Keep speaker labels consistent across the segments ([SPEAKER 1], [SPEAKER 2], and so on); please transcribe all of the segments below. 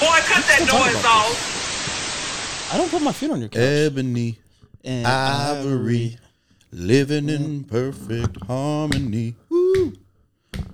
[SPEAKER 1] Boy, cut that
[SPEAKER 2] talking
[SPEAKER 1] noise
[SPEAKER 2] about
[SPEAKER 1] off.
[SPEAKER 2] I don't put my feet on your
[SPEAKER 3] Eh,
[SPEAKER 2] couch.
[SPEAKER 3] Ebony,
[SPEAKER 2] And
[SPEAKER 3] ivory, living in perfect harmony. Woo.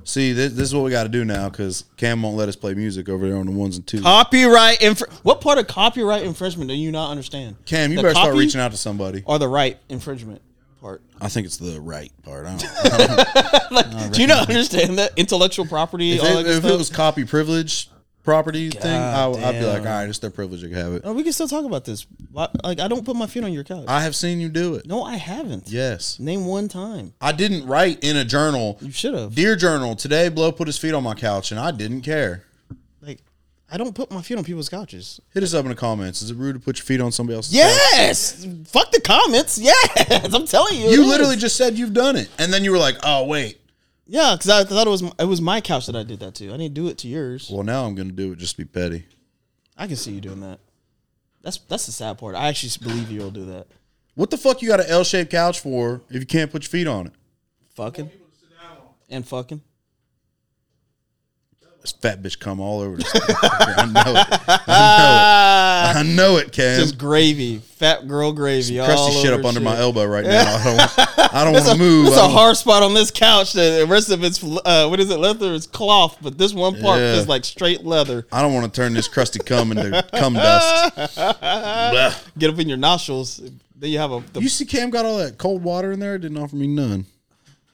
[SPEAKER 3] See, this, this is what we got to do now because Cam won't let us play music over there on the ones and twos.
[SPEAKER 2] Copyright infr- What part of copyright infringement do you not understand?
[SPEAKER 3] Cam, you better start reaching out to somebody.
[SPEAKER 2] Or the right infringement part.
[SPEAKER 3] I think it's the right part. I don't,
[SPEAKER 2] Do you not understand that intellectual property?
[SPEAKER 3] if
[SPEAKER 2] all that
[SPEAKER 3] it,
[SPEAKER 2] good
[SPEAKER 3] if it
[SPEAKER 2] stuff?
[SPEAKER 3] was copy privilege property thing, I, would- I'd be
[SPEAKER 2] damn.
[SPEAKER 3] like, all right, it's their privilege. You can have it.
[SPEAKER 2] No, we can still talk about this. Why- Like I don't put my feet on your couch.
[SPEAKER 3] I have seen you do it.
[SPEAKER 2] no, I haven't.
[SPEAKER 3] Yes.
[SPEAKER 2] Name one time.
[SPEAKER 3] I didn't write in a journal,
[SPEAKER 2] You should have.
[SPEAKER 3] Dear Journal, today Blow put his feet on my couch and I didn't care.
[SPEAKER 2] Like I don't put my feet on people's couches.
[SPEAKER 3] Hit us up in the comments. Is it rude to put your feet on somebody else's couch?
[SPEAKER 2] Yes. Fuck the comments. Yes. I'm telling you. it
[SPEAKER 3] You
[SPEAKER 2] is.
[SPEAKER 3] literally just said you've done it. And then you were like, oh, wait.
[SPEAKER 2] Yeah, because I thought it was it was my couch that I did that to. I didn't do it to yours.
[SPEAKER 3] Well, now I'm going to do it just to be petty.
[SPEAKER 2] I can see you doing that. That's that's the sad part. I actually believe you'll do that.
[SPEAKER 3] What the fuck you got an L shaped couch for if you can't put your feet on it?
[SPEAKER 2] Fucking and fucking.
[SPEAKER 3] This fat bitch come all over this. I know it. I know it. I know it, Cam.
[SPEAKER 2] Just gravy, fat girl gravy. all
[SPEAKER 3] Crusty shit
[SPEAKER 2] over
[SPEAKER 3] up under my
[SPEAKER 2] shit.
[SPEAKER 3] elbow right now. I don't, I don't want to move.
[SPEAKER 2] There's
[SPEAKER 3] I
[SPEAKER 2] a
[SPEAKER 3] don't-
[SPEAKER 2] hard spot on this couch that the rest of it's uh, what is it? Leather is cloth, but this one part
[SPEAKER 3] Yeah.
[SPEAKER 2] is like straight leather.
[SPEAKER 3] I don't want to turn this crusty cum into cum dust. Blah.
[SPEAKER 2] Get up in your nostrils. Then you have a. The,
[SPEAKER 3] You see, Cam got all that cold water in there. Didn't offer me none.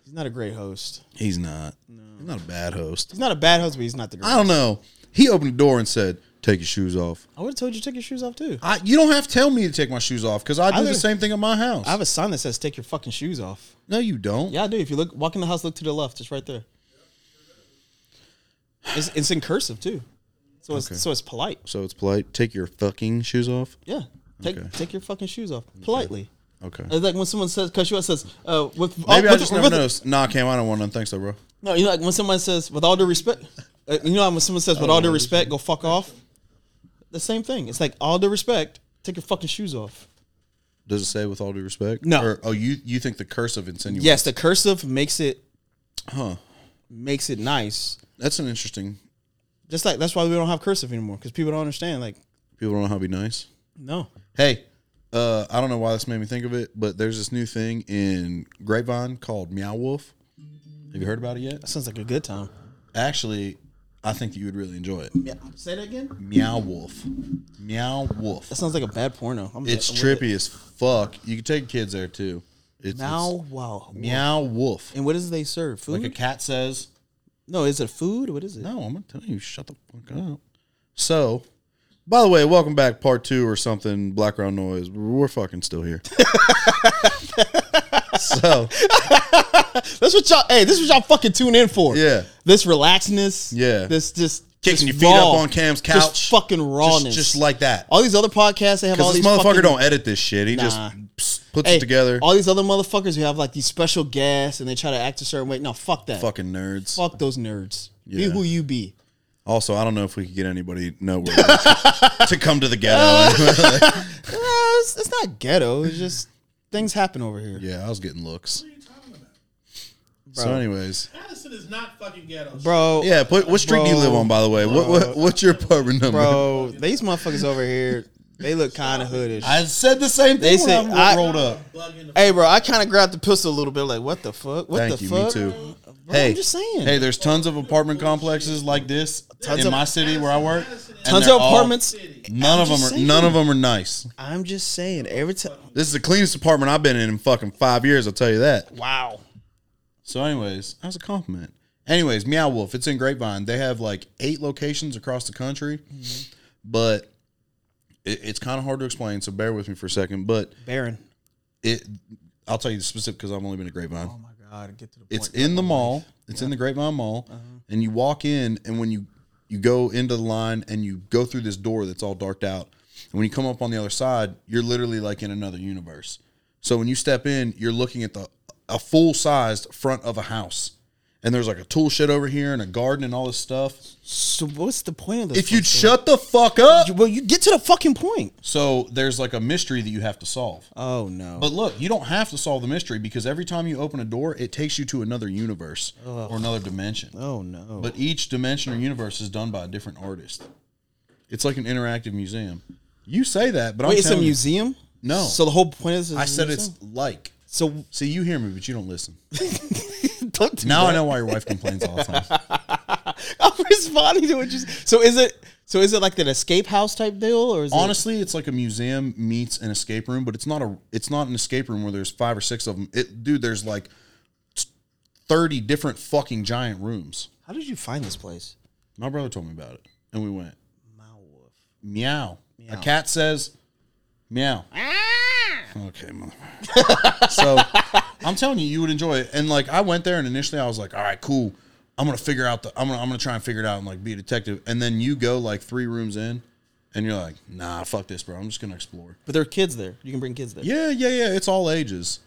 [SPEAKER 2] he's not a great host.
[SPEAKER 3] He's not. He's not a bad host.
[SPEAKER 2] He's not a bad host, but he's not the great.
[SPEAKER 3] I don't know. He opened the door and said, "Take your shoes off."
[SPEAKER 2] I would have told you to take your shoes off too.
[SPEAKER 3] I, you don't have to tell me to take my shoes off because I do
[SPEAKER 2] I
[SPEAKER 3] the
[SPEAKER 2] live-
[SPEAKER 3] same thing at my house.
[SPEAKER 2] I have a sign that says "Take your fucking shoes off."
[SPEAKER 3] no, you don't.
[SPEAKER 2] Yeah, I do. If you look, walk in the house, look to the left. It's right there. It's, it's in cursive too, so it's so it's polite.
[SPEAKER 3] So it's polite. Take your fucking shoes off.
[SPEAKER 2] Yeah, take
[SPEAKER 3] Okay.
[SPEAKER 2] take your fucking shoes off politely.
[SPEAKER 3] Okay.
[SPEAKER 2] It's like when someone says, "Cause you out," says, uh, with
[SPEAKER 3] Maybe I
[SPEAKER 2] with-
[SPEAKER 3] just
[SPEAKER 2] with-
[SPEAKER 3] never noticed. Nah, Cam, I don't want none. Thanks, though, bro.
[SPEAKER 2] No, you know, like when someone says, "With all due respect," uh, you know, how when someone says, "With all due respect, go fuck off." The same thing. It's like all due respect, take your fucking shoes off.
[SPEAKER 3] Does it say with all due respect?
[SPEAKER 2] No.
[SPEAKER 3] Or, oh, you you think the curse of insinuation?
[SPEAKER 2] Yes, the cursive makes it, Makes it nice.
[SPEAKER 3] That's an interesting.
[SPEAKER 2] Just like that's why we don't have cursive anymore because people don't understand. Like,
[SPEAKER 3] People don't know how to be nice.
[SPEAKER 2] no,
[SPEAKER 3] Hey, uh, I don't know why this made me think of it, but there's this new thing in Grapevine called Meow Wolf. Have you heard about it
[SPEAKER 2] that
[SPEAKER 3] yet?
[SPEAKER 2] sounds like a good time.
[SPEAKER 3] Actually, I think you would really enjoy it.
[SPEAKER 2] Yeah. Say that again.
[SPEAKER 3] Meow Wolf. Meow Wolf.
[SPEAKER 2] That sounds like a bad porno. I'm
[SPEAKER 3] It's
[SPEAKER 2] I'm with
[SPEAKER 3] trippy as fuck. You can take kids there too.
[SPEAKER 2] it.
[SPEAKER 3] It's, meow.
[SPEAKER 2] Now, wow.
[SPEAKER 3] Meow Wolf.
[SPEAKER 2] And what does they serve? Food?
[SPEAKER 3] Like a cat says.
[SPEAKER 2] no, is it food? What is it?
[SPEAKER 3] No, I'm gonna tell you. Shut the fuck up. So, by the way, welcome back, part two or something. Background noise. We're fucking still here. so
[SPEAKER 2] That's what y'all. Hey, this is what y'all fucking tune in for.
[SPEAKER 3] Yeah.
[SPEAKER 2] This relaxedness.
[SPEAKER 3] Yeah.
[SPEAKER 2] This just
[SPEAKER 3] Kicking
[SPEAKER 2] just
[SPEAKER 3] your feet up on Cam's couch.
[SPEAKER 2] Just fucking
[SPEAKER 3] just,
[SPEAKER 2] rawness.
[SPEAKER 3] just like that.
[SPEAKER 2] all these other podcasts, they have all
[SPEAKER 3] Because
[SPEAKER 2] these
[SPEAKER 3] this motherfucker
[SPEAKER 2] fucking,
[SPEAKER 3] don't edit this shit. He
[SPEAKER 2] Nah.
[SPEAKER 3] just pss, puts
[SPEAKER 2] Hey,
[SPEAKER 3] it together.
[SPEAKER 2] All these other motherfuckers who have like these special guests and they try to act a certain way. No, fuck that.
[SPEAKER 3] fucking nerds.
[SPEAKER 2] Fuck those nerds.
[SPEAKER 3] Yeah.
[SPEAKER 2] Be who you be.
[SPEAKER 3] Also, I don't know if we could get anybody nowhere to to come to the ghetto.
[SPEAKER 2] Uh, it's, it's not ghetto. It's just things happen over here.
[SPEAKER 3] yeah, I was getting looks.
[SPEAKER 4] What are you talking about?
[SPEAKER 3] So, anyways,
[SPEAKER 4] Madison is not fucking ghetto.
[SPEAKER 2] Bro.
[SPEAKER 3] yeah. What, what street do you
[SPEAKER 2] Bro.
[SPEAKER 3] live on, by the way? What, what what's your apartment number?
[SPEAKER 2] Bro, these motherfuckers over here, they look kind of hoodish.
[SPEAKER 3] I said the same
[SPEAKER 2] They
[SPEAKER 3] thing.
[SPEAKER 2] said-
[SPEAKER 3] when I
[SPEAKER 2] I-
[SPEAKER 3] rolled up.
[SPEAKER 4] Bugging the
[SPEAKER 2] hey, bro, I kind of grabbed the pistol a little bit, like, what the fuck? What
[SPEAKER 3] Thank
[SPEAKER 2] the
[SPEAKER 3] you.
[SPEAKER 2] fuck?
[SPEAKER 3] Me too.
[SPEAKER 2] Bro, I'm just saying.
[SPEAKER 3] Hey, there's tons of apartment complexes like this
[SPEAKER 2] Tons
[SPEAKER 3] in
[SPEAKER 2] of-
[SPEAKER 3] my city where I work. and
[SPEAKER 2] Tons
[SPEAKER 3] they're
[SPEAKER 2] of
[SPEAKER 3] all-
[SPEAKER 2] apartments.
[SPEAKER 3] none of
[SPEAKER 2] I'm
[SPEAKER 3] them are
[SPEAKER 2] just saying.
[SPEAKER 3] none of them are nice.
[SPEAKER 2] I'm just saying. Every time.
[SPEAKER 3] This is the cleanest apartment I've been in in fucking five years. I'll tell you that.
[SPEAKER 2] Wow.
[SPEAKER 3] So, anyways, that was a compliment. Anyways, Meow Wolf, it's in Grapevine. They have like eight locations across the country,
[SPEAKER 2] Mm-hmm.
[SPEAKER 3] but it, it's kind of hard to explain. So bear with me for a second. But
[SPEAKER 2] Baron.
[SPEAKER 3] it, I'll tell you the specific because I've only been to Grapevine.
[SPEAKER 2] Oh my God. Get to the point.
[SPEAKER 3] It's in the mall. It's in the Grapevine Mall, and you walk in, and when you you go into the line, and you go through this door that's all darked out, and when you come up on the other side, you're literally like in another universe. So when you step in, you're looking at the a full sized front of a house, and there's like a tool shed over here and a garden and all this stuff.
[SPEAKER 2] So what's the point of this?
[SPEAKER 3] If you'd
[SPEAKER 2] fucking-
[SPEAKER 3] shut the fuck up.
[SPEAKER 2] well, you get to the fucking point.
[SPEAKER 3] So there's like a mystery that you have to solve.
[SPEAKER 2] Oh no.
[SPEAKER 3] But look, you don't have to solve the mystery because every time you open a door, it takes you to another universe or another dimension.
[SPEAKER 2] oh no.
[SPEAKER 3] But each dimension or universe is done by a different artist. It's like an interactive museum. You say that, but
[SPEAKER 2] Wait,
[SPEAKER 3] I'm
[SPEAKER 2] it's a
[SPEAKER 3] telling you-
[SPEAKER 2] museum.
[SPEAKER 3] No.
[SPEAKER 2] So the whole point is,
[SPEAKER 3] I said it's like.
[SPEAKER 2] so.
[SPEAKER 3] See, you hear me, but you don't listen.
[SPEAKER 2] Don't do
[SPEAKER 3] Now
[SPEAKER 2] that.
[SPEAKER 3] I know why your wife complains all the time.
[SPEAKER 2] I'm responding to what you. s- So is it? So is it like an escape house type deal, or is
[SPEAKER 3] Honestly, it's like a museum meets an escape room, but it's not a it's not an escape room where there's five or six of them. It, dude, there's like thirty different fucking giant rooms.
[SPEAKER 2] it? How did you find this place?
[SPEAKER 3] My brother told me about it, and we went
[SPEAKER 2] Mouth Wolf.
[SPEAKER 3] meow. A cat says meow. okay, mother. so I'm telling you, you would enjoy it. And like I went there, and initially I was like, all right, cool. I'm gonna figure out the. I'm gonna I'm gonna try and figure it out and like be a detective. And then you go like three rooms in, and you're like, nah, fuck this, bro. I'm just gonna explore.
[SPEAKER 2] But there are kids there. You can bring kids there.
[SPEAKER 3] Yeah, yeah, yeah. It's all ages,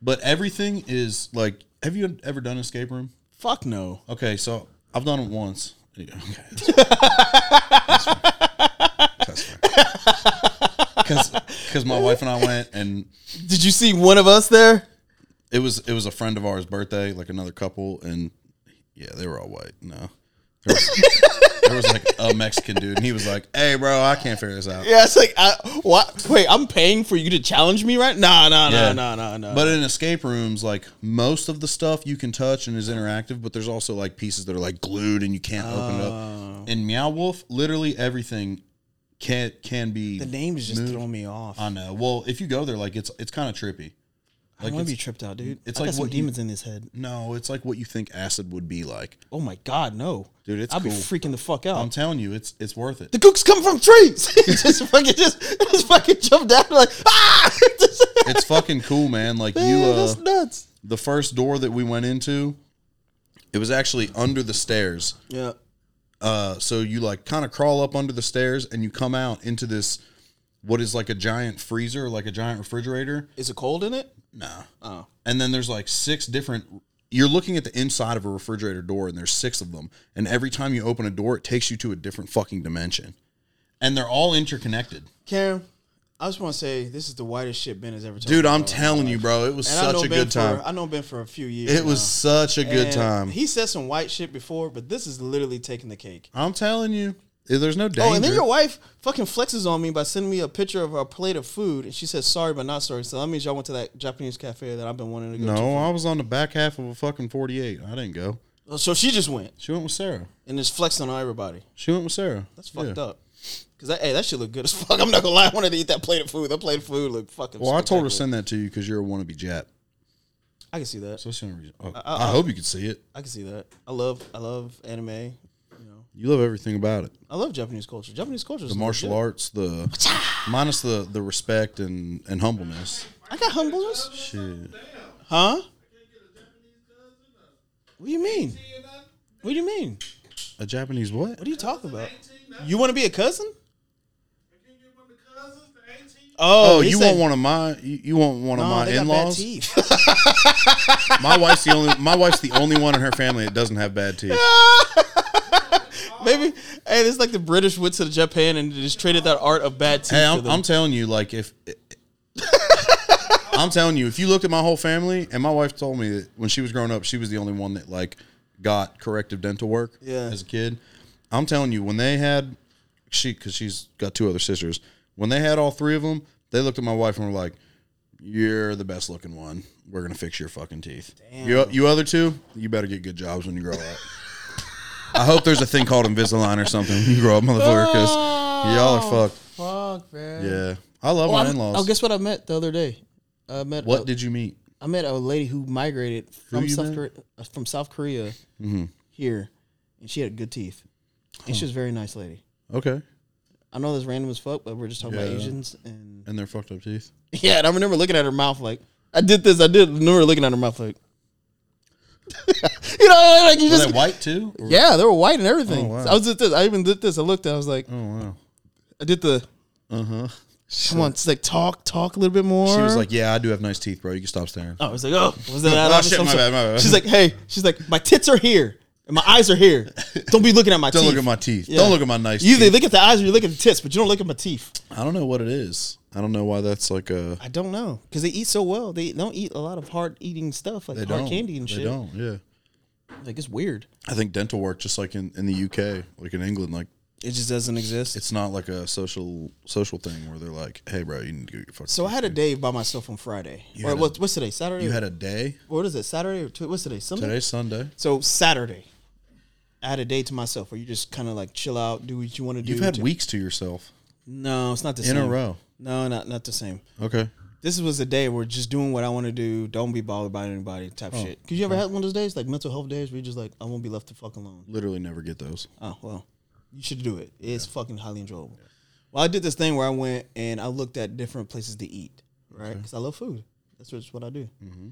[SPEAKER 3] but everything is like. Have you ever done escape room?
[SPEAKER 2] Fuck no.
[SPEAKER 3] Okay, so I've done it once. Yeah, okay. Because my wife and I went, and
[SPEAKER 2] Did you see one of us there?
[SPEAKER 3] it was it was a friend of ours' birthday, like another couple, and yeah, they were all white. No, there was, there was like a Mexican dude, and he was like, "Hey, bro, I can't figure this out."
[SPEAKER 2] Yeah, it's like, I, what? Wait, I'm paying for you to challenge me, right? Nah, nah,
[SPEAKER 3] Yeah.
[SPEAKER 2] nah, nah, nah, nah.
[SPEAKER 3] But in escape rooms, like most of the stuff you can touch and is interactive, but there's also like pieces that are like glued and you can't open it
[SPEAKER 2] Oh.
[SPEAKER 3] up. In Meow Wolf, literally everything can can be
[SPEAKER 2] the name is just throwing me off.
[SPEAKER 3] I know. Well, if you go there, like it's it's kind of trippy.
[SPEAKER 2] I
[SPEAKER 3] Like
[SPEAKER 2] want to be
[SPEAKER 3] it's,
[SPEAKER 2] tripped out, dude.
[SPEAKER 3] it's
[SPEAKER 2] I
[SPEAKER 3] like
[SPEAKER 2] got some
[SPEAKER 3] what you-
[SPEAKER 2] demons in his head.
[SPEAKER 3] no, it's like what you think acid would be like.
[SPEAKER 2] Oh my god, no,
[SPEAKER 3] Dude, it's
[SPEAKER 2] I'll be
[SPEAKER 3] cool.
[SPEAKER 2] freaking the fuck out.
[SPEAKER 3] I'm telling you, it's it's worth it.
[SPEAKER 2] the gooks come from trees. just fucking, just, just fucking jump down like ah. Just-
[SPEAKER 3] It's fucking cool, man. Like you,
[SPEAKER 2] Man,
[SPEAKER 3] uh,
[SPEAKER 2] that's nuts.
[SPEAKER 3] the first door that we went into, it was actually under the stairs.
[SPEAKER 2] Yeah.
[SPEAKER 3] Uh, so you like kind of crawl up under the stairs and you come out into this what is like a giant freezer, like a giant refrigerator.
[SPEAKER 2] Is it cold in it?
[SPEAKER 3] Nah.
[SPEAKER 2] Oh.
[SPEAKER 3] And then there's like six different. You're looking at the inside of a refrigerator door, and there's six of them. And every time you open a door, it takes you to a different fucking dimension, and they're all interconnected.
[SPEAKER 5] Karen, I just want to say this is the whitest shit Ben has ever told
[SPEAKER 3] Dude,
[SPEAKER 5] me
[SPEAKER 3] I'm
[SPEAKER 5] about.
[SPEAKER 3] telling you, bro, it was
[SPEAKER 5] And I know
[SPEAKER 3] such a
[SPEAKER 5] Ben
[SPEAKER 3] good time.
[SPEAKER 5] For, I know Ben for a few years.
[SPEAKER 3] it was
[SPEAKER 5] now.
[SPEAKER 3] such a good
[SPEAKER 5] And
[SPEAKER 3] time.
[SPEAKER 5] He said some white shit before, but this is literally taking the cake.
[SPEAKER 3] I'm telling you, eh, there's no danger.
[SPEAKER 5] Oh, and then your wife fucking flexes on me by sending me a picture of a plate of food, and she says sorry but not sorry. So that means y'all went to that Japanese cafe that I've been wanting to go
[SPEAKER 3] no, I was on the back half of a fucking 48. I didn't go.
[SPEAKER 5] to. So she just went
[SPEAKER 3] She went with Sarah.
[SPEAKER 5] and is flexing on everybody.
[SPEAKER 3] She went with Sarah.
[SPEAKER 5] That's fucked up. Cause that, hey, that shit look good as fuck. I'm not gonna lie, I wanted to eat that plate of food. That plate of food looked fucking.
[SPEAKER 3] Well, I told her
[SPEAKER 5] spectacular.
[SPEAKER 3] to send that to you because you're a wannabe Jap.
[SPEAKER 5] I can see that.
[SPEAKER 3] So that's the only reason.
[SPEAKER 5] Uh,
[SPEAKER 3] Oh, I hope you could see it.
[SPEAKER 5] I can see that. I love, I love anime. You know,
[SPEAKER 3] You love everything about it.
[SPEAKER 5] I love Japanese culture. Japanese culture.
[SPEAKER 3] the martial arts, the minus the the respect and and humbleness.
[SPEAKER 5] I got humbleness.
[SPEAKER 3] Shit.
[SPEAKER 5] Huh? What do you mean? What do you mean?
[SPEAKER 3] A Japanese what?
[SPEAKER 5] What are you talking about? You want to be a cousin?
[SPEAKER 3] Oh,
[SPEAKER 5] he
[SPEAKER 3] you
[SPEAKER 5] said-
[SPEAKER 3] want one of my you, you want one of
[SPEAKER 5] No,
[SPEAKER 3] my
[SPEAKER 5] they got
[SPEAKER 3] in
[SPEAKER 5] bad
[SPEAKER 3] laws?
[SPEAKER 5] teeth.
[SPEAKER 3] My wife's the only my wife's the only one in her family that doesn't have bad teeth.
[SPEAKER 2] Maybe. Hey, it's like the British went to Japan and just traded that art of bad teeth.
[SPEAKER 3] Hey,
[SPEAKER 2] to
[SPEAKER 3] I'm,
[SPEAKER 2] them.
[SPEAKER 3] I'm telling you, like if I'm telling you, if you looked at my whole family, and my wife told me that when she was growing up, she was the only one that like got corrective dental work
[SPEAKER 5] Yeah.
[SPEAKER 3] as a kid. I'm telling you, when they had she because she's got two other sisters, when they had all three of them, they looked at my wife and were like, "You're the best looking one. We're gonna fix your fucking teeth. You you other two, you better get good jobs when you grow up." I hope there's a thing called Invisalign or something when you grow up, motherfucker, because y'all are fucked.
[SPEAKER 2] Fuck, man.
[SPEAKER 3] Yeah, I love
[SPEAKER 2] Well,
[SPEAKER 3] my
[SPEAKER 2] I'm-
[SPEAKER 3] in-laws.
[SPEAKER 2] Oh, guess what I met the other day? I met
[SPEAKER 3] what
[SPEAKER 2] a,
[SPEAKER 3] did you meet?
[SPEAKER 2] I met a lady who migrated from
[SPEAKER 3] you
[SPEAKER 2] South
[SPEAKER 3] met? Mm-hmm.
[SPEAKER 2] Korea, uh, from South Korea here, and she had good teeth, and she was a very nice lady.
[SPEAKER 3] Okay,
[SPEAKER 2] I know that's random as fuck, but we're just talking
[SPEAKER 3] Yeah.
[SPEAKER 2] about Asians, and
[SPEAKER 3] and their fucked up teeth.
[SPEAKER 2] yeah, and I remember looking at her mouth like I did this. I did remember looking at her mouth like, you know, like you
[SPEAKER 3] Were
[SPEAKER 2] just
[SPEAKER 3] they white too? Or-
[SPEAKER 2] yeah, they were white and everything.
[SPEAKER 3] Oh, wow.
[SPEAKER 2] So I was at this. I even did this. I looked. I was like,
[SPEAKER 3] Oh wow.
[SPEAKER 2] I did the
[SPEAKER 3] Uh huh.
[SPEAKER 2] Come on, it's like talk, talk a little bit more.
[SPEAKER 3] She was like, "Yeah, I do have nice teeth, bro. You can stop staring."
[SPEAKER 2] I was like, oh, was that that
[SPEAKER 3] Oh,
[SPEAKER 2] obvious?
[SPEAKER 3] shit,
[SPEAKER 2] I'm
[SPEAKER 3] my
[SPEAKER 2] so-
[SPEAKER 3] bad, my bad.
[SPEAKER 2] She's like, hey, she's like, my tits are here and my eyes are here. Don't be looking at my
[SPEAKER 3] Don't
[SPEAKER 2] teeth.
[SPEAKER 3] look at my teeth.
[SPEAKER 2] Yeah.
[SPEAKER 3] Don't look at my nice.
[SPEAKER 2] You either
[SPEAKER 3] teeth.
[SPEAKER 2] look at the eyes or you look at the tits, but you don't look at my teeth.
[SPEAKER 3] I don't know what it is. I don't know why that's like a.
[SPEAKER 2] I don't know because they eat so well. They don't eat a lot of hard eating stuff like
[SPEAKER 3] They
[SPEAKER 2] hard
[SPEAKER 3] don't.
[SPEAKER 2] candy and
[SPEAKER 3] they
[SPEAKER 2] shit.
[SPEAKER 3] don't. Yeah.
[SPEAKER 2] Like it's weird.
[SPEAKER 3] I think dental work, just like in, in the UK, like in England, like
[SPEAKER 2] It just doesn't exist.
[SPEAKER 3] it's not like a social social thing where they're like, "Hey, bro, you need to get your fucking."
[SPEAKER 2] so I
[SPEAKER 3] teeth
[SPEAKER 2] had a
[SPEAKER 3] cleaned."
[SPEAKER 2] day by myself on Friday. Or
[SPEAKER 3] had a-
[SPEAKER 2] what, what's today? Saturday.
[SPEAKER 3] You had a day.
[SPEAKER 2] what is it? Saturday or tw- what's today? Sunday.
[SPEAKER 3] Today's Sunday.
[SPEAKER 2] So Saturday, I had a day to myself where you just kind of like chill out, do what you want to do.
[SPEAKER 3] You've had
[SPEAKER 2] to-
[SPEAKER 3] weeks to yourself
[SPEAKER 2] No, it's not the
[SPEAKER 3] in
[SPEAKER 2] same.
[SPEAKER 3] a row.
[SPEAKER 2] No, not not the same.
[SPEAKER 3] Okay.
[SPEAKER 2] This was a day where just doing what I want to do, don't be bothered by anybody type
[SPEAKER 3] Oh.
[SPEAKER 2] shit.
[SPEAKER 5] Cause you ever had one of those days, like mental health days, where you just like, I won't be left to fuck alone.
[SPEAKER 3] Literally never get those.
[SPEAKER 5] Oh well, you should do it. It's fucking highly enjoyable.
[SPEAKER 2] Well, I did this thing where I went and I looked at different places to eat, right? Because
[SPEAKER 5] Cause I love food. That's just what I do.
[SPEAKER 3] Mm-hmm.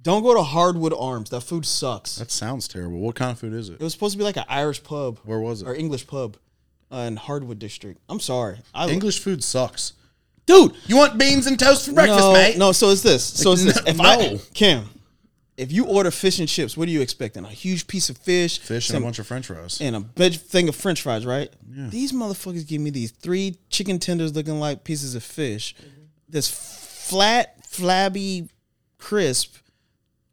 [SPEAKER 2] Don't go to Hardwood Arms. That food sucks.
[SPEAKER 3] That sounds terrible. What kind of food is it?
[SPEAKER 2] It was supposed to be like an Irish pub
[SPEAKER 3] Where was
[SPEAKER 2] or
[SPEAKER 3] it?
[SPEAKER 2] English pub uh, in Hardwood District. I'm sorry. I,
[SPEAKER 3] English food sucks.
[SPEAKER 2] Dude,
[SPEAKER 3] You want beans and toast for breakfast,
[SPEAKER 2] no,
[SPEAKER 3] mate?
[SPEAKER 2] no, so it's this. So it's this.
[SPEAKER 3] Like,
[SPEAKER 2] If
[SPEAKER 3] no.
[SPEAKER 2] I Kim, if you order fish and chips, what are you expecting? A huge piece of fish,
[SPEAKER 3] Fish and
[SPEAKER 2] some-
[SPEAKER 3] a bunch of French fries.
[SPEAKER 2] and a big thing of French fries, right? These motherfuckers give me these three chicken tenders looking like pieces of fish, this flat, flabby, crisp,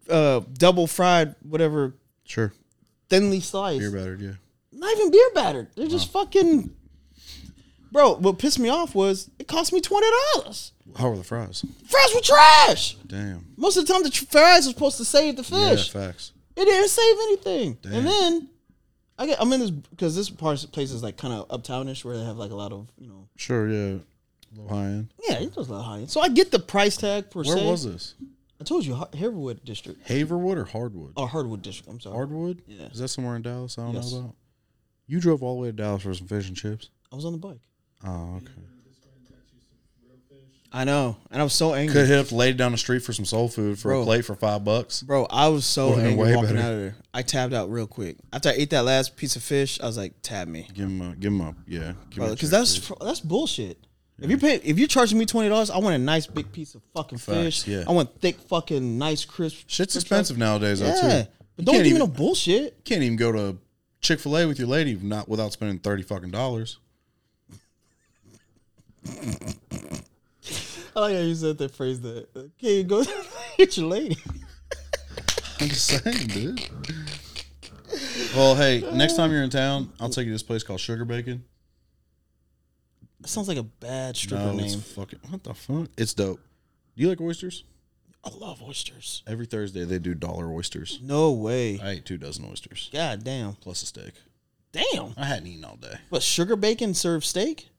[SPEAKER 2] uh, double fried, whatever,
[SPEAKER 3] Sure.
[SPEAKER 2] thinly sliced.
[SPEAKER 3] Beer battered, yeah.
[SPEAKER 2] Not even beer battered. They're just fucking. Bro, what pissed me off was it cost me twenty dollars.
[SPEAKER 3] How are the fries?
[SPEAKER 2] Fries were trash.
[SPEAKER 3] Damn.
[SPEAKER 2] Most of the time, the tr- fries are supposed to save the
[SPEAKER 3] Yeah,
[SPEAKER 2] fish.
[SPEAKER 3] facts.
[SPEAKER 2] It didn't save anything.
[SPEAKER 3] Damn.
[SPEAKER 2] And then I get I'm in this because this part place is like kind of uptownish where they have like a lot of you know
[SPEAKER 3] Sure, yeah. Low high end.
[SPEAKER 2] yeah it was a lot high end. So I get the price tag per
[SPEAKER 3] Where
[SPEAKER 2] se.
[SPEAKER 3] was this?
[SPEAKER 2] I told you Har- Harewood District
[SPEAKER 3] Haverwood or Hardwood?
[SPEAKER 2] or Hardwood District. I'm sorry.
[SPEAKER 3] Hardwood?
[SPEAKER 2] Oh. Yeah.
[SPEAKER 3] Is that somewhere in Dallas? I don't
[SPEAKER 2] Yes.
[SPEAKER 3] know about. You drove all the way to Dallas for some fish and chips.
[SPEAKER 2] I was on the bike.
[SPEAKER 3] Oh, okay.
[SPEAKER 2] I know, and I was so angry,
[SPEAKER 3] Could have laid down the street for some soul food for
[SPEAKER 2] Bro.
[SPEAKER 3] a plate for five bucks.
[SPEAKER 2] bro. I was so
[SPEAKER 3] Would've been
[SPEAKER 2] angry
[SPEAKER 3] way
[SPEAKER 2] walking
[SPEAKER 3] better.
[SPEAKER 2] out of there. I tabbed out real quick after I ate that last piece of fish. I was like, tab me,
[SPEAKER 3] Give him a, give him a, yeah. give him a
[SPEAKER 2] because
[SPEAKER 3] check,
[SPEAKER 2] that's fr- that's bullshit. If you pay, if you're charging me twenty dollars, I want a nice big piece of fucking
[SPEAKER 3] Facts,
[SPEAKER 2] fish.
[SPEAKER 3] yeah.
[SPEAKER 2] I want thick fucking nice crisp.
[SPEAKER 3] dude. Shit's expensive nowadays, though,
[SPEAKER 2] Yeah,
[SPEAKER 3] too. You
[SPEAKER 2] but don't
[SPEAKER 3] can't
[SPEAKER 2] give me
[SPEAKER 3] even-
[SPEAKER 2] no bullshit.
[SPEAKER 3] You can't even go to Chick Fil A with your lady not without spending thirty fucking dollars.
[SPEAKER 2] I like how you said that phrase. That okay, go get your lady.
[SPEAKER 3] I'm just saying, dude. Well, hey, next time you're in town, I'll take you to this place called Sugar Bacon.
[SPEAKER 2] That sounds like a bad stripper
[SPEAKER 3] No, Oh, it's
[SPEAKER 2] name.
[SPEAKER 3] fucking what the fuck? It's dope. Do you like oysters?
[SPEAKER 2] I love oysters.
[SPEAKER 3] Every Thursday they do dollar oysters.
[SPEAKER 2] No way.
[SPEAKER 3] I ate two dozen oysters
[SPEAKER 2] God damn.
[SPEAKER 3] plus a steak.
[SPEAKER 2] Damn.
[SPEAKER 3] I hadn't eaten all day.
[SPEAKER 2] What sugar bacon served steak?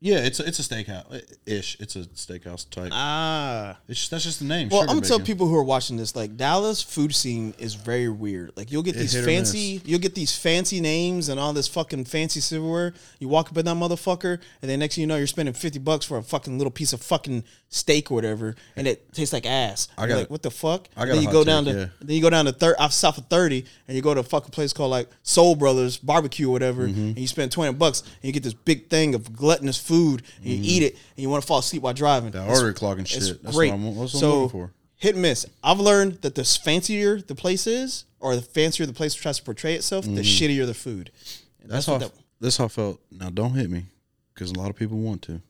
[SPEAKER 3] Yeah, it's a, it's a steakhouse uh, ish. It's a steakhouse type.
[SPEAKER 2] Ah.
[SPEAKER 3] It's just, that's just the name.
[SPEAKER 2] Well,
[SPEAKER 3] Sugar
[SPEAKER 2] I'm gonna tell
[SPEAKER 3] Bacon.
[SPEAKER 2] people who are watching this, like Dallas food scene is very weird. Like you'll get
[SPEAKER 3] It
[SPEAKER 2] these
[SPEAKER 3] hit or
[SPEAKER 2] fancy, you'll get these fancy names and all this fucking fancy silverware. You walk up in that motherfucker, and then next thing you know, you're spending fifty bucks for a fucking little piece of fucking steak or whatever, and it tastes like ass. I
[SPEAKER 3] got
[SPEAKER 2] like,
[SPEAKER 3] it.
[SPEAKER 2] what the fuck?
[SPEAKER 3] I got
[SPEAKER 2] then
[SPEAKER 3] a
[SPEAKER 2] you
[SPEAKER 3] hot
[SPEAKER 2] go down
[SPEAKER 3] take,
[SPEAKER 2] to
[SPEAKER 3] yeah.
[SPEAKER 2] then you go down to third off south of thirty, and you go to a fucking place called like Soul Brothers Barbecue or whatever,
[SPEAKER 3] Mm-hmm.
[SPEAKER 2] and you spend twenty bucks and you get this big thing of gluttonous food, and you eat it, and you want to fall asleep while driving.
[SPEAKER 3] Mm-hmm. That
[SPEAKER 2] It's
[SPEAKER 3] order clock and shit. That's what I'm, that's what
[SPEAKER 2] so
[SPEAKER 3] I'm looking for.
[SPEAKER 2] hit and miss. I've learned that the fancier the place is, or the fancier the place tries to portray itself,
[SPEAKER 3] Mm-hmm.
[SPEAKER 2] the shittier the food. And
[SPEAKER 3] That's,
[SPEAKER 2] what
[SPEAKER 3] how.
[SPEAKER 2] that-
[SPEAKER 3] that's how I felt. Now don't hit me, because a lot of people want to.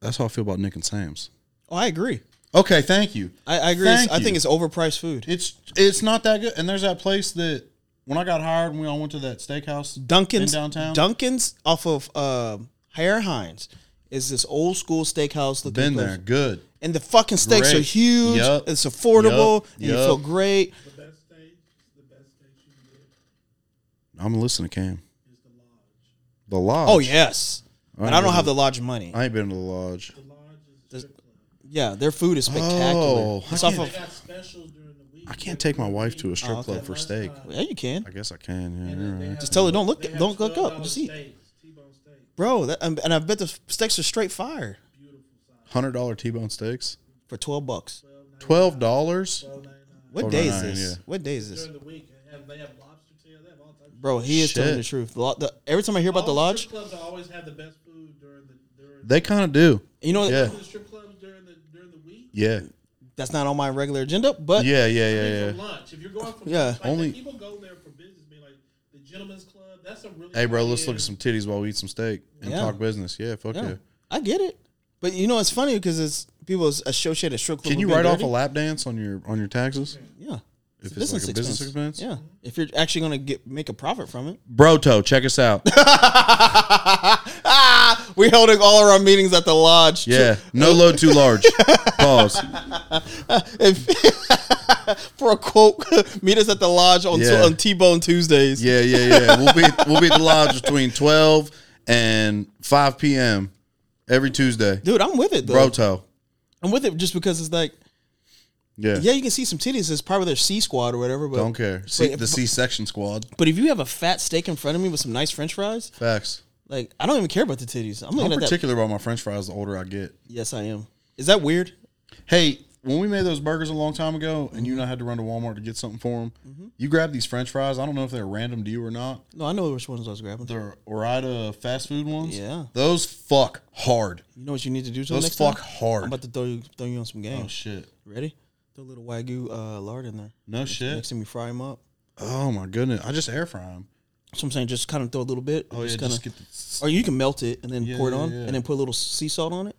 [SPEAKER 3] That's how I feel about Nick and Sam's.
[SPEAKER 2] oh, I agree.
[SPEAKER 3] Okay, thank you.
[SPEAKER 2] I, I agree.
[SPEAKER 3] Thank
[SPEAKER 2] I
[SPEAKER 3] you.
[SPEAKER 2] think it's overpriced food.
[SPEAKER 3] It's it's not that good. And there's that place that when I got hired and we all went to that steakhouse
[SPEAKER 2] Duncan's
[SPEAKER 3] in downtown.
[SPEAKER 2] Duncan's off of um Hare Hines is this old school steakhouse looking
[SPEAKER 3] Been
[SPEAKER 2] place.
[SPEAKER 3] there, good.
[SPEAKER 2] And the fucking steaks are
[SPEAKER 3] Great.
[SPEAKER 2] huge.
[SPEAKER 3] Yup.
[SPEAKER 2] It's affordable.
[SPEAKER 3] Yup.
[SPEAKER 2] And you
[SPEAKER 3] Yup.
[SPEAKER 2] feel great.
[SPEAKER 4] The best steak, the best steak you can get
[SPEAKER 3] I'm listening to Cam. The lodge.
[SPEAKER 2] Oh yes.
[SPEAKER 3] I
[SPEAKER 2] But I don't
[SPEAKER 3] agree.
[SPEAKER 2] have the lodge money.
[SPEAKER 3] I ain't been to the lodge.
[SPEAKER 2] Yeah, their food is spectacular.
[SPEAKER 3] Oh,
[SPEAKER 2] it's
[SPEAKER 3] I
[SPEAKER 2] off
[SPEAKER 3] can't-
[SPEAKER 2] of
[SPEAKER 4] Got specials during the week.
[SPEAKER 3] I can't take my wife to a strip club for steak.
[SPEAKER 2] yeah, you can.
[SPEAKER 3] I guess I can. Yeah, you're right.
[SPEAKER 2] Just tell her don't look don't look up. Just eat.
[SPEAKER 4] T-bone steak.
[SPEAKER 2] Bro, that, um, and and I bet the steaks are straight fire
[SPEAKER 3] Hundred dollar T-bone steaks.
[SPEAKER 2] for twelve bucks.
[SPEAKER 3] Twelve dollars.
[SPEAKER 2] What day is
[SPEAKER 3] 4.99,
[SPEAKER 2] this?
[SPEAKER 3] yeah.
[SPEAKER 2] What day is this,
[SPEAKER 4] During the week, they have, they have lobster tail. They have all types.
[SPEAKER 2] bro? He is telling the
[SPEAKER 3] Shit.
[SPEAKER 2] truth. The, lo- the, every time I hear about the
[SPEAKER 4] All
[SPEAKER 2] lodge,
[SPEAKER 4] strip clubs always have the best food during the during
[SPEAKER 3] They kind of do.
[SPEAKER 2] You know,
[SPEAKER 3] Yeah.
[SPEAKER 4] The strip clubs during the during the week.
[SPEAKER 3] Yeah.
[SPEAKER 2] that's not on my regular agenda, but
[SPEAKER 3] Yeah. Yeah. Yeah.
[SPEAKER 4] Yeah.
[SPEAKER 3] Yeah.
[SPEAKER 4] For lunch, if you're going for
[SPEAKER 2] Yeah.
[SPEAKER 4] lunch, like,
[SPEAKER 3] Only-
[SPEAKER 4] people go there for business. Be like the gentleman's club. That's a really
[SPEAKER 3] Hey, bro, let's
[SPEAKER 4] good-
[SPEAKER 3] look at some titties while we eat some steak and
[SPEAKER 2] Yeah.
[SPEAKER 3] talk business. Yeah. Fuck yeah.
[SPEAKER 2] yeah, I get it. But you know, it's funny because it's people associate a strip club.
[SPEAKER 3] Can
[SPEAKER 2] with
[SPEAKER 3] you
[SPEAKER 2] being
[SPEAKER 3] write off
[SPEAKER 2] dirty.
[SPEAKER 3] a lap dance on your on your taxes?
[SPEAKER 2] Yeah,
[SPEAKER 3] If it's like a business expense?
[SPEAKER 2] Yeah, if you're actually gonna get make a profit from it.
[SPEAKER 3] Broto, check us out.
[SPEAKER 2] Ah, we holding all of our meetings at the lodge.
[SPEAKER 3] Yeah. No load too large. Pause.
[SPEAKER 2] If, for a quote, meet us at the lodge on
[SPEAKER 3] Yeah.
[SPEAKER 2] on T Bone Tuesdays.
[SPEAKER 3] Yeah, yeah, yeah. We'll be we'll be at the lodge between twelve and five p.m. every Tuesday.
[SPEAKER 2] Dude, I'm with it though.
[SPEAKER 3] Broto.
[SPEAKER 2] I'm with it just because it's like,
[SPEAKER 3] Yeah.
[SPEAKER 2] yeah, you can see some titties. It's part of their C squad or whatever. But
[SPEAKER 3] Don't care. See,
[SPEAKER 2] Wait,
[SPEAKER 3] the C section squad.
[SPEAKER 2] But if you have a fat steak in front of me with some nice French fries,
[SPEAKER 3] Facts.
[SPEAKER 2] like I don't even care about the titties. I'm looking
[SPEAKER 3] I'm
[SPEAKER 2] at that.
[SPEAKER 3] particular about my French fries. The older I get.
[SPEAKER 2] Yes, I am. Is that weird?
[SPEAKER 3] Hey, when we made those burgers a long time ago, and you and I had to run to Walmart to get something for them,
[SPEAKER 2] Mm-hmm.
[SPEAKER 3] you grabbed these French fries. I don't know if they were random to you or not.
[SPEAKER 2] No, I know which ones I was grabbing. You
[SPEAKER 3] The Orida fast food ones.
[SPEAKER 2] Yeah.
[SPEAKER 3] Those fuck hard.
[SPEAKER 2] know what you need to do to the
[SPEAKER 3] Those
[SPEAKER 2] next
[SPEAKER 3] fuck
[SPEAKER 2] time?
[SPEAKER 3] hard.
[SPEAKER 2] I'm about to throw you, throw you on some
[SPEAKER 3] oh
[SPEAKER 2] games.
[SPEAKER 3] shit.
[SPEAKER 2] Ready? Throw a little wagyu uh, lard in there.
[SPEAKER 3] No
[SPEAKER 2] Next
[SPEAKER 3] shit.
[SPEAKER 2] time you fry them up.
[SPEAKER 3] Oh my goodness. I just air fry them.
[SPEAKER 2] So I'm saying just kind of throw a little bit.
[SPEAKER 3] Oh
[SPEAKER 2] just
[SPEAKER 3] yeah.
[SPEAKER 2] kinda,
[SPEAKER 3] Just get the
[SPEAKER 2] or you can melt it and then
[SPEAKER 3] Yeah,
[SPEAKER 2] pour it
[SPEAKER 3] yeah,
[SPEAKER 2] on
[SPEAKER 3] yeah.
[SPEAKER 2] and then put a little sea salt on it.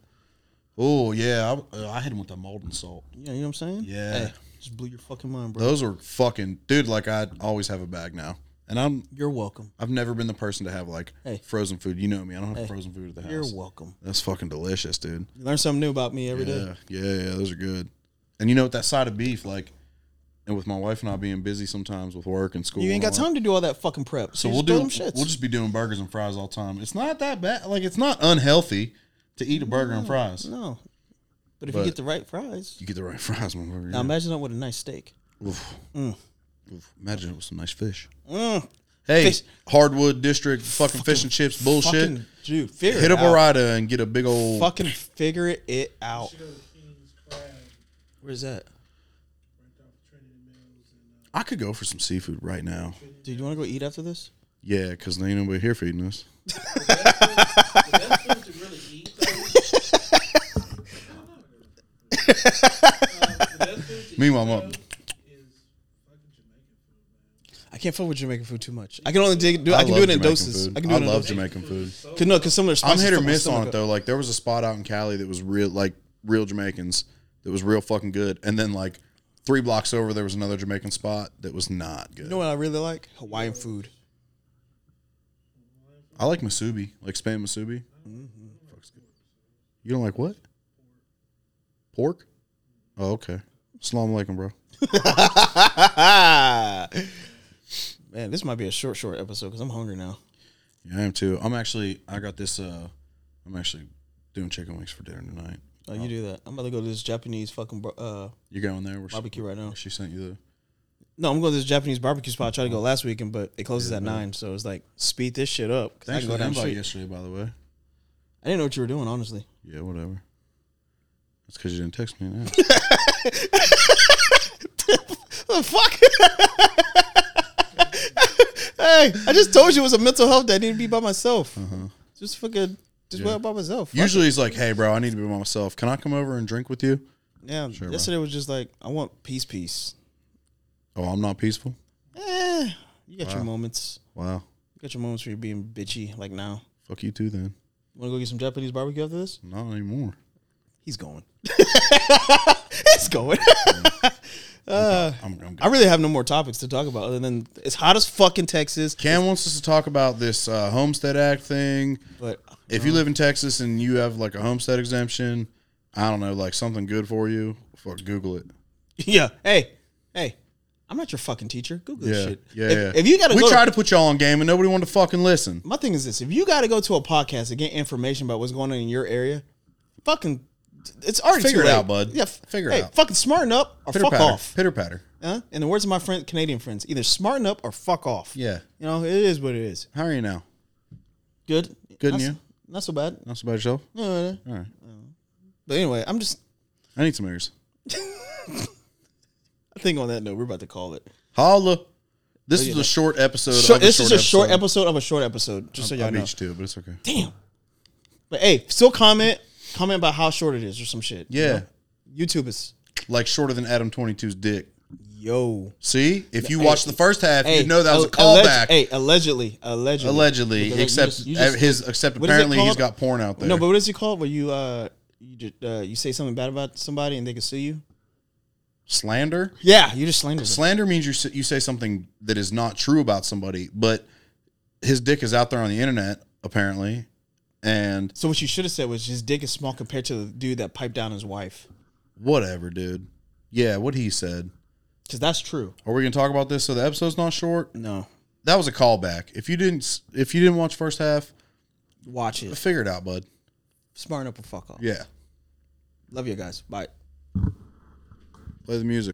[SPEAKER 3] Oh yeah, I, uh, I hit him with the molten salt.
[SPEAKER 2] Yeah, you know what I'm saying?
[SPEAKER 3] Yeah.
[SPEAKER 2] Hey, just blew your fucking mind, bro.
[SPEAKER 3] Those are fucking dude. Like I always have a bag now, and I'm
[SPEAKER 2] You're welcome.
[SPEAKER 3] I've never been the person to have like
[SPEAKER 2] Hey.
[SPEAKER 3] frozen food. You know me, I don't have frozen food at the house.
[SPEAKER 2] You're welcome.
[SPEAKER 3] That's fucking delicious, dude.
[SPEAKER 2] You learn something new about me every day.
[SPEAKER 3] Yeah, yeah, yeah. Those are good. And you know what? That side of beef, like, and with my wife and I being busy sometimes with work and school,
[SPEAKER 2] You ain't
[SPEAKER 3] and
[SPEAKER 2] got
[SPEAKER 3] all that,
[SPEAKER 2] time to do all that fucking prep.
[SPEAKER 3] So
[SPEAKER 2] you
[SPEAKER 3] we'll
[SPEAKER 2] just throw
[SPEAKER 3] do.
[SPEAKER 2] them shits.
[SPEAKER 3] We'll just be doing burgers and fries all the time. It's not that bad. Like, it's not unhealthy to eat a burger and fries.
[SPEAKER 2] Mm, No. But if
[SPEAKER 3] But-
[SPEAKER 2] you get the right fries,
[SPEAKER 3] You get the right fries, motherfucker.
[SPEAKER 2] now Mm.
[SPEAKER 3] yeah.
[SPEAKER 2] imagine that with a nice steak.
[SPEAKER 3] Oof. Oof. Imagine it was some nice fish.
[SPEAKER 2] Mm,
[SPEAKER 3] Hey,
[SPEAKER 2] Fish.
[SPEAKER 3] hardwood district, fucking, fish and chips bullshit.
[SPEAKER 2] Fucking, dude, figure
[SPEAKER 3] Hit
[SPEAKER 2] it
[SPEAKER 3] up
[SPEAKER 2] out.
[SPEAKER 3] Orida and get a big old.
[SPEAKER 2] Fucking figure it out.
[SPEAKER 4] Should go to King's Crab, right
[SPEAKER 2] Where's that?
[SPEAKER 4] off of Trinity Mills, and
[SPEAKER 3] I could go for some seafood right now.
[SPEAKER 2] Dude, you want to go eat after this?
[SPEAKER 3] Yeah, because ain't nobody here feeding us.
[SPEAKER 4] uh, the best food to really eat. Though, I don't know. Uh, the best food to
[SPEAKER 3] Meanwhile,
[SPEAKER 4] eat,
[SPEAKER 3] I'm up.
[SPEAKER 4] though, is fucking Jamaican food.
[SPEAKER 2] I can't fuck with Jamaican food too much. I can only dig, do. I, can
[SPEAKER 3] love
[SPEAKER 2] do it in
[SPEAKER 3] Jamaican
[SPEAKER 2] doses.
[SPEAKER 3] food.
[SPEAKER 2] I can do it in
[SPEAKER 3] love
[SPEAKER 2] doses.
[SPEAKER 3] Jamaican food.
[SPEAKER 2] Cause, no, because some of their
[SPEAKER 3] I'm
[SPEAKER 2] spices
[SPEAKER 3] hit or
[SPEAKER 2] fuck my
[SPEAKER 3] miss on
[SPEAKER 2] stomach
[SPEAKER 3] it
[SPEAKER 2] up.
[SPEAKER 3] though. Like there was a spot out in Cali that was real, like real Jamaicans that was real fucking good, and then like three blocks over there was another Jamaican spot that was not good.
[SPEAKER 2] You know what I really like? Hawaiian food.
[SPEAKER 3] I like masubi, like spam masubi. Fuck's good. You don't like what? Pork? Oh, okay. Salam alaikum, bro.
[SPEAKER 2] Man, this might be a short, short episode because I'm hungry now.
[SPEAKER 3] Yeah, I am too. I'm actually, I got this, uh, I'm actually doing chicken wings for dinner tonight.
[SPEAKER 2] Oh, you do that. I'm about to go to this Japanese fucking bar- uh,
[SPEAKER 3] You going there? Where she-
[SPEAKER 2] barbecue right now.
[SPEAKER 3] She sent you
[SPEAKER 2] No, I'm going to this Japanese barbecue spot. I tried to go last weekend, but it closes at nine, so it's like speed this shit up. 'cause
[SPEAKER 3] the.
[SPEAKER 2] I,
[SPEAKER 3] Thanks
[SPEAKER 2] can
[SPEAKER 3] for
[SPEAKER 2] go
[SPEAKER 3] the
[SPEAKER 2] down the
[SPEAKER 3] invite
[SPEAKER 2] street.
[SPEAKER 3] yesterday, by the way.
[SPEAKER 2] I didn't know what you were doing, honestly.
[SPEAKER 3] Yeah, whatever. That's because you didn't text me. Now.
[SPEAKER 2] The fuck? hey, I just told you it was a mental health that I need to be by myself. Just fucking, just
[SPEAKER 3] Yeah.
[SPEAKER 2] went by myself. Fuck
[SPEAKER 3] Usually it's like, hey, bro, I need to be by myself. Can I come over and drink with you?
[SPEAKER 2] it. yeah.
[SPEAKER 3] Sure, bro.
[SPEAKER 2] yesterday was just like, I want peace, peace.
[SPEAKER 3] Oh, I'm not peaceful.
[SPEAKER 2] Eh, you got your moments.
[SPEAKER 3] Wow.
[SPEAKER 2] You got your moments where you're being bitchy, like now.
[SPEAKER 3] Fuck you too, then.
[SPEAKER 2] Want to go get some Japanese barbecue after this?
[SPEAKER 3] Not anymore.
[SPEAKER 2] He's going. He's going.
[SPEAKER 3] I'm, I'm good.
[SPEAKER 2] I really have no more topics to talk about other than it's hot as fuck in Texas,
[SPEAKER 3] Cam wants us to talk about this uh, Homestead Act thing.
[SPEAKER 2] but
[SPEAKER 3] If
[SPEAKER 2] Uh-huh.
[SPEAKER 3] you live in Texas and you have like a homestead exemption, I don't know, like something good for you, fuck, Google it.
[SPEAKER 2] yeah. Hey, hey, I'm not your fucking teacher. Google this
[SPEAKER 3] Yeah,
[SPEAKER 2] shit.
[SPEAKER 3] yeah,
[SPEAKER 2] If,
[SPEAKER 3] yeah.
[SPEAKER 2] if you got to
[SPEAKER 3] we
[SPEAKER 2] go,
[SPEAKER 3] tried to put y'all on game and nobody wanted to fucking listen.
[SPEAKER 2] my thing is this: if you got to go to a podcast to get information about what's going on in your area, fucking, it's already
[SPEAKER 3] Figure
[SPEAKER 2] too
[SPEAKER 3] it
[SPEAKER 2] late.
[SPEAKER 3] out, bud.
[SPEAKER 2] Yeah, f-
[SPEAKER 3] Figure it
[SPEAKER 2] hey,
[SPEAKER 3] out.
[SPEAKER 2] Fucking smarten up or fuck
[SPEAKER 3] patter,
[SPEAKER 2] off.
[SPEAKER 3] Pitter patter.
[SPEAKER 2] Huh? In the words of my friend, Canadian friends, either smarten up or fuck off.
[SPEAKER 3] Yeah.
[SPEAKER 2] you know it is what it is.
[SPEAKER 3] How are you now?
[SPEAKER 2] Good,
[SPEAKER 3] Good
[SPEAKER 2] not,
[SPEAKER 3] and
[SPEAKER 2] s- Not so bad.
[SPEAKER 3] Not so bad yourself.
[SPEAKER 2] Uh,
[SPEAKER 3] All right.
[SPEAKER 2] But anyway, I'm just.
[SPEAKER 3] I need some ears.
[SPEAKER 2] I think on that note, we're about to call it.
[SPEAKER 3] Holla. This is a short episode.
[SPEAKER 2] Oh, Short,
[SPEAKER 3] of a
[SPEAKER 2] this is a short
[SPEAKER 3] episode.
[SPEAKER 2] episode of a short episode. Just so y'all
[SPEAKER 3] I
[SPEAKER 2] know.
[SPEAKER 3] beat you to it, but it's okay.
[SPEAKER 2] Damn. But hey, still comment. Comment about how short it is or some shit.
[SPEAKER 3] Yeah.
[SPEAKER 2] YouTube is
[SPEAKER 3] Like shorter than Adam 22's dick.
[SPEAKER 2] yo.
[SPEAKER 3] See? If you watched the first half,
[SPEAKER 2] Hey,
[SPEAKER 3] you'd know that was a
[SPEAKER 2] alleg-
[SPEAKER 3] callback.
[SPEAKER 2] hey, allegedly, allegedly,
[SPEAKER 3] allegedly.
[SPEAKER 2] Because you
[SPEAKER 3] except
[SPEAKER 2] just- you just-
[SPEAKER 3] his except
[SPEAKER 2] what is it
[SPEAKER 3] apparently he's
[SPEAKER 2] called?
[SPEAKER 3] got porn out there.
[SPEAKER 2] No, but what is it called? Where you uh, you just, uh, you say something bad about somebody and they can sue you?
[SPEAKER 3] slander?
[SPEAKER 2] Yeah, you just slandered. them.
[SPEAKER 3] Slander means you s- you say something that is not true about somebody, but his dick is out there on the internet apparently, and
[SPEAKER 2] So what you should have said was his dick is small compared to the dude that piped down his wife,
[SPEAKER 3] whatever, dude. Yeah, what he said.
[SPEAKER 2] because that's true.
[SPEAKER 3] Are we gonna talk about this so the episode's not short?
[SPEAKER 2] No,
[SPEAKER 3] That was a callback. If you didn't s- if you didn't watch first half,
[SPEAKER 2] watch it.
[SPEAKER 3] figure it out, bud.
[SPEAKER 2] Smarten up and fuck off.
[SPEAKER 3] Yeah,
[SPEAKER 2] Love you guys. Bye.
[SPEAKER 3] play the music.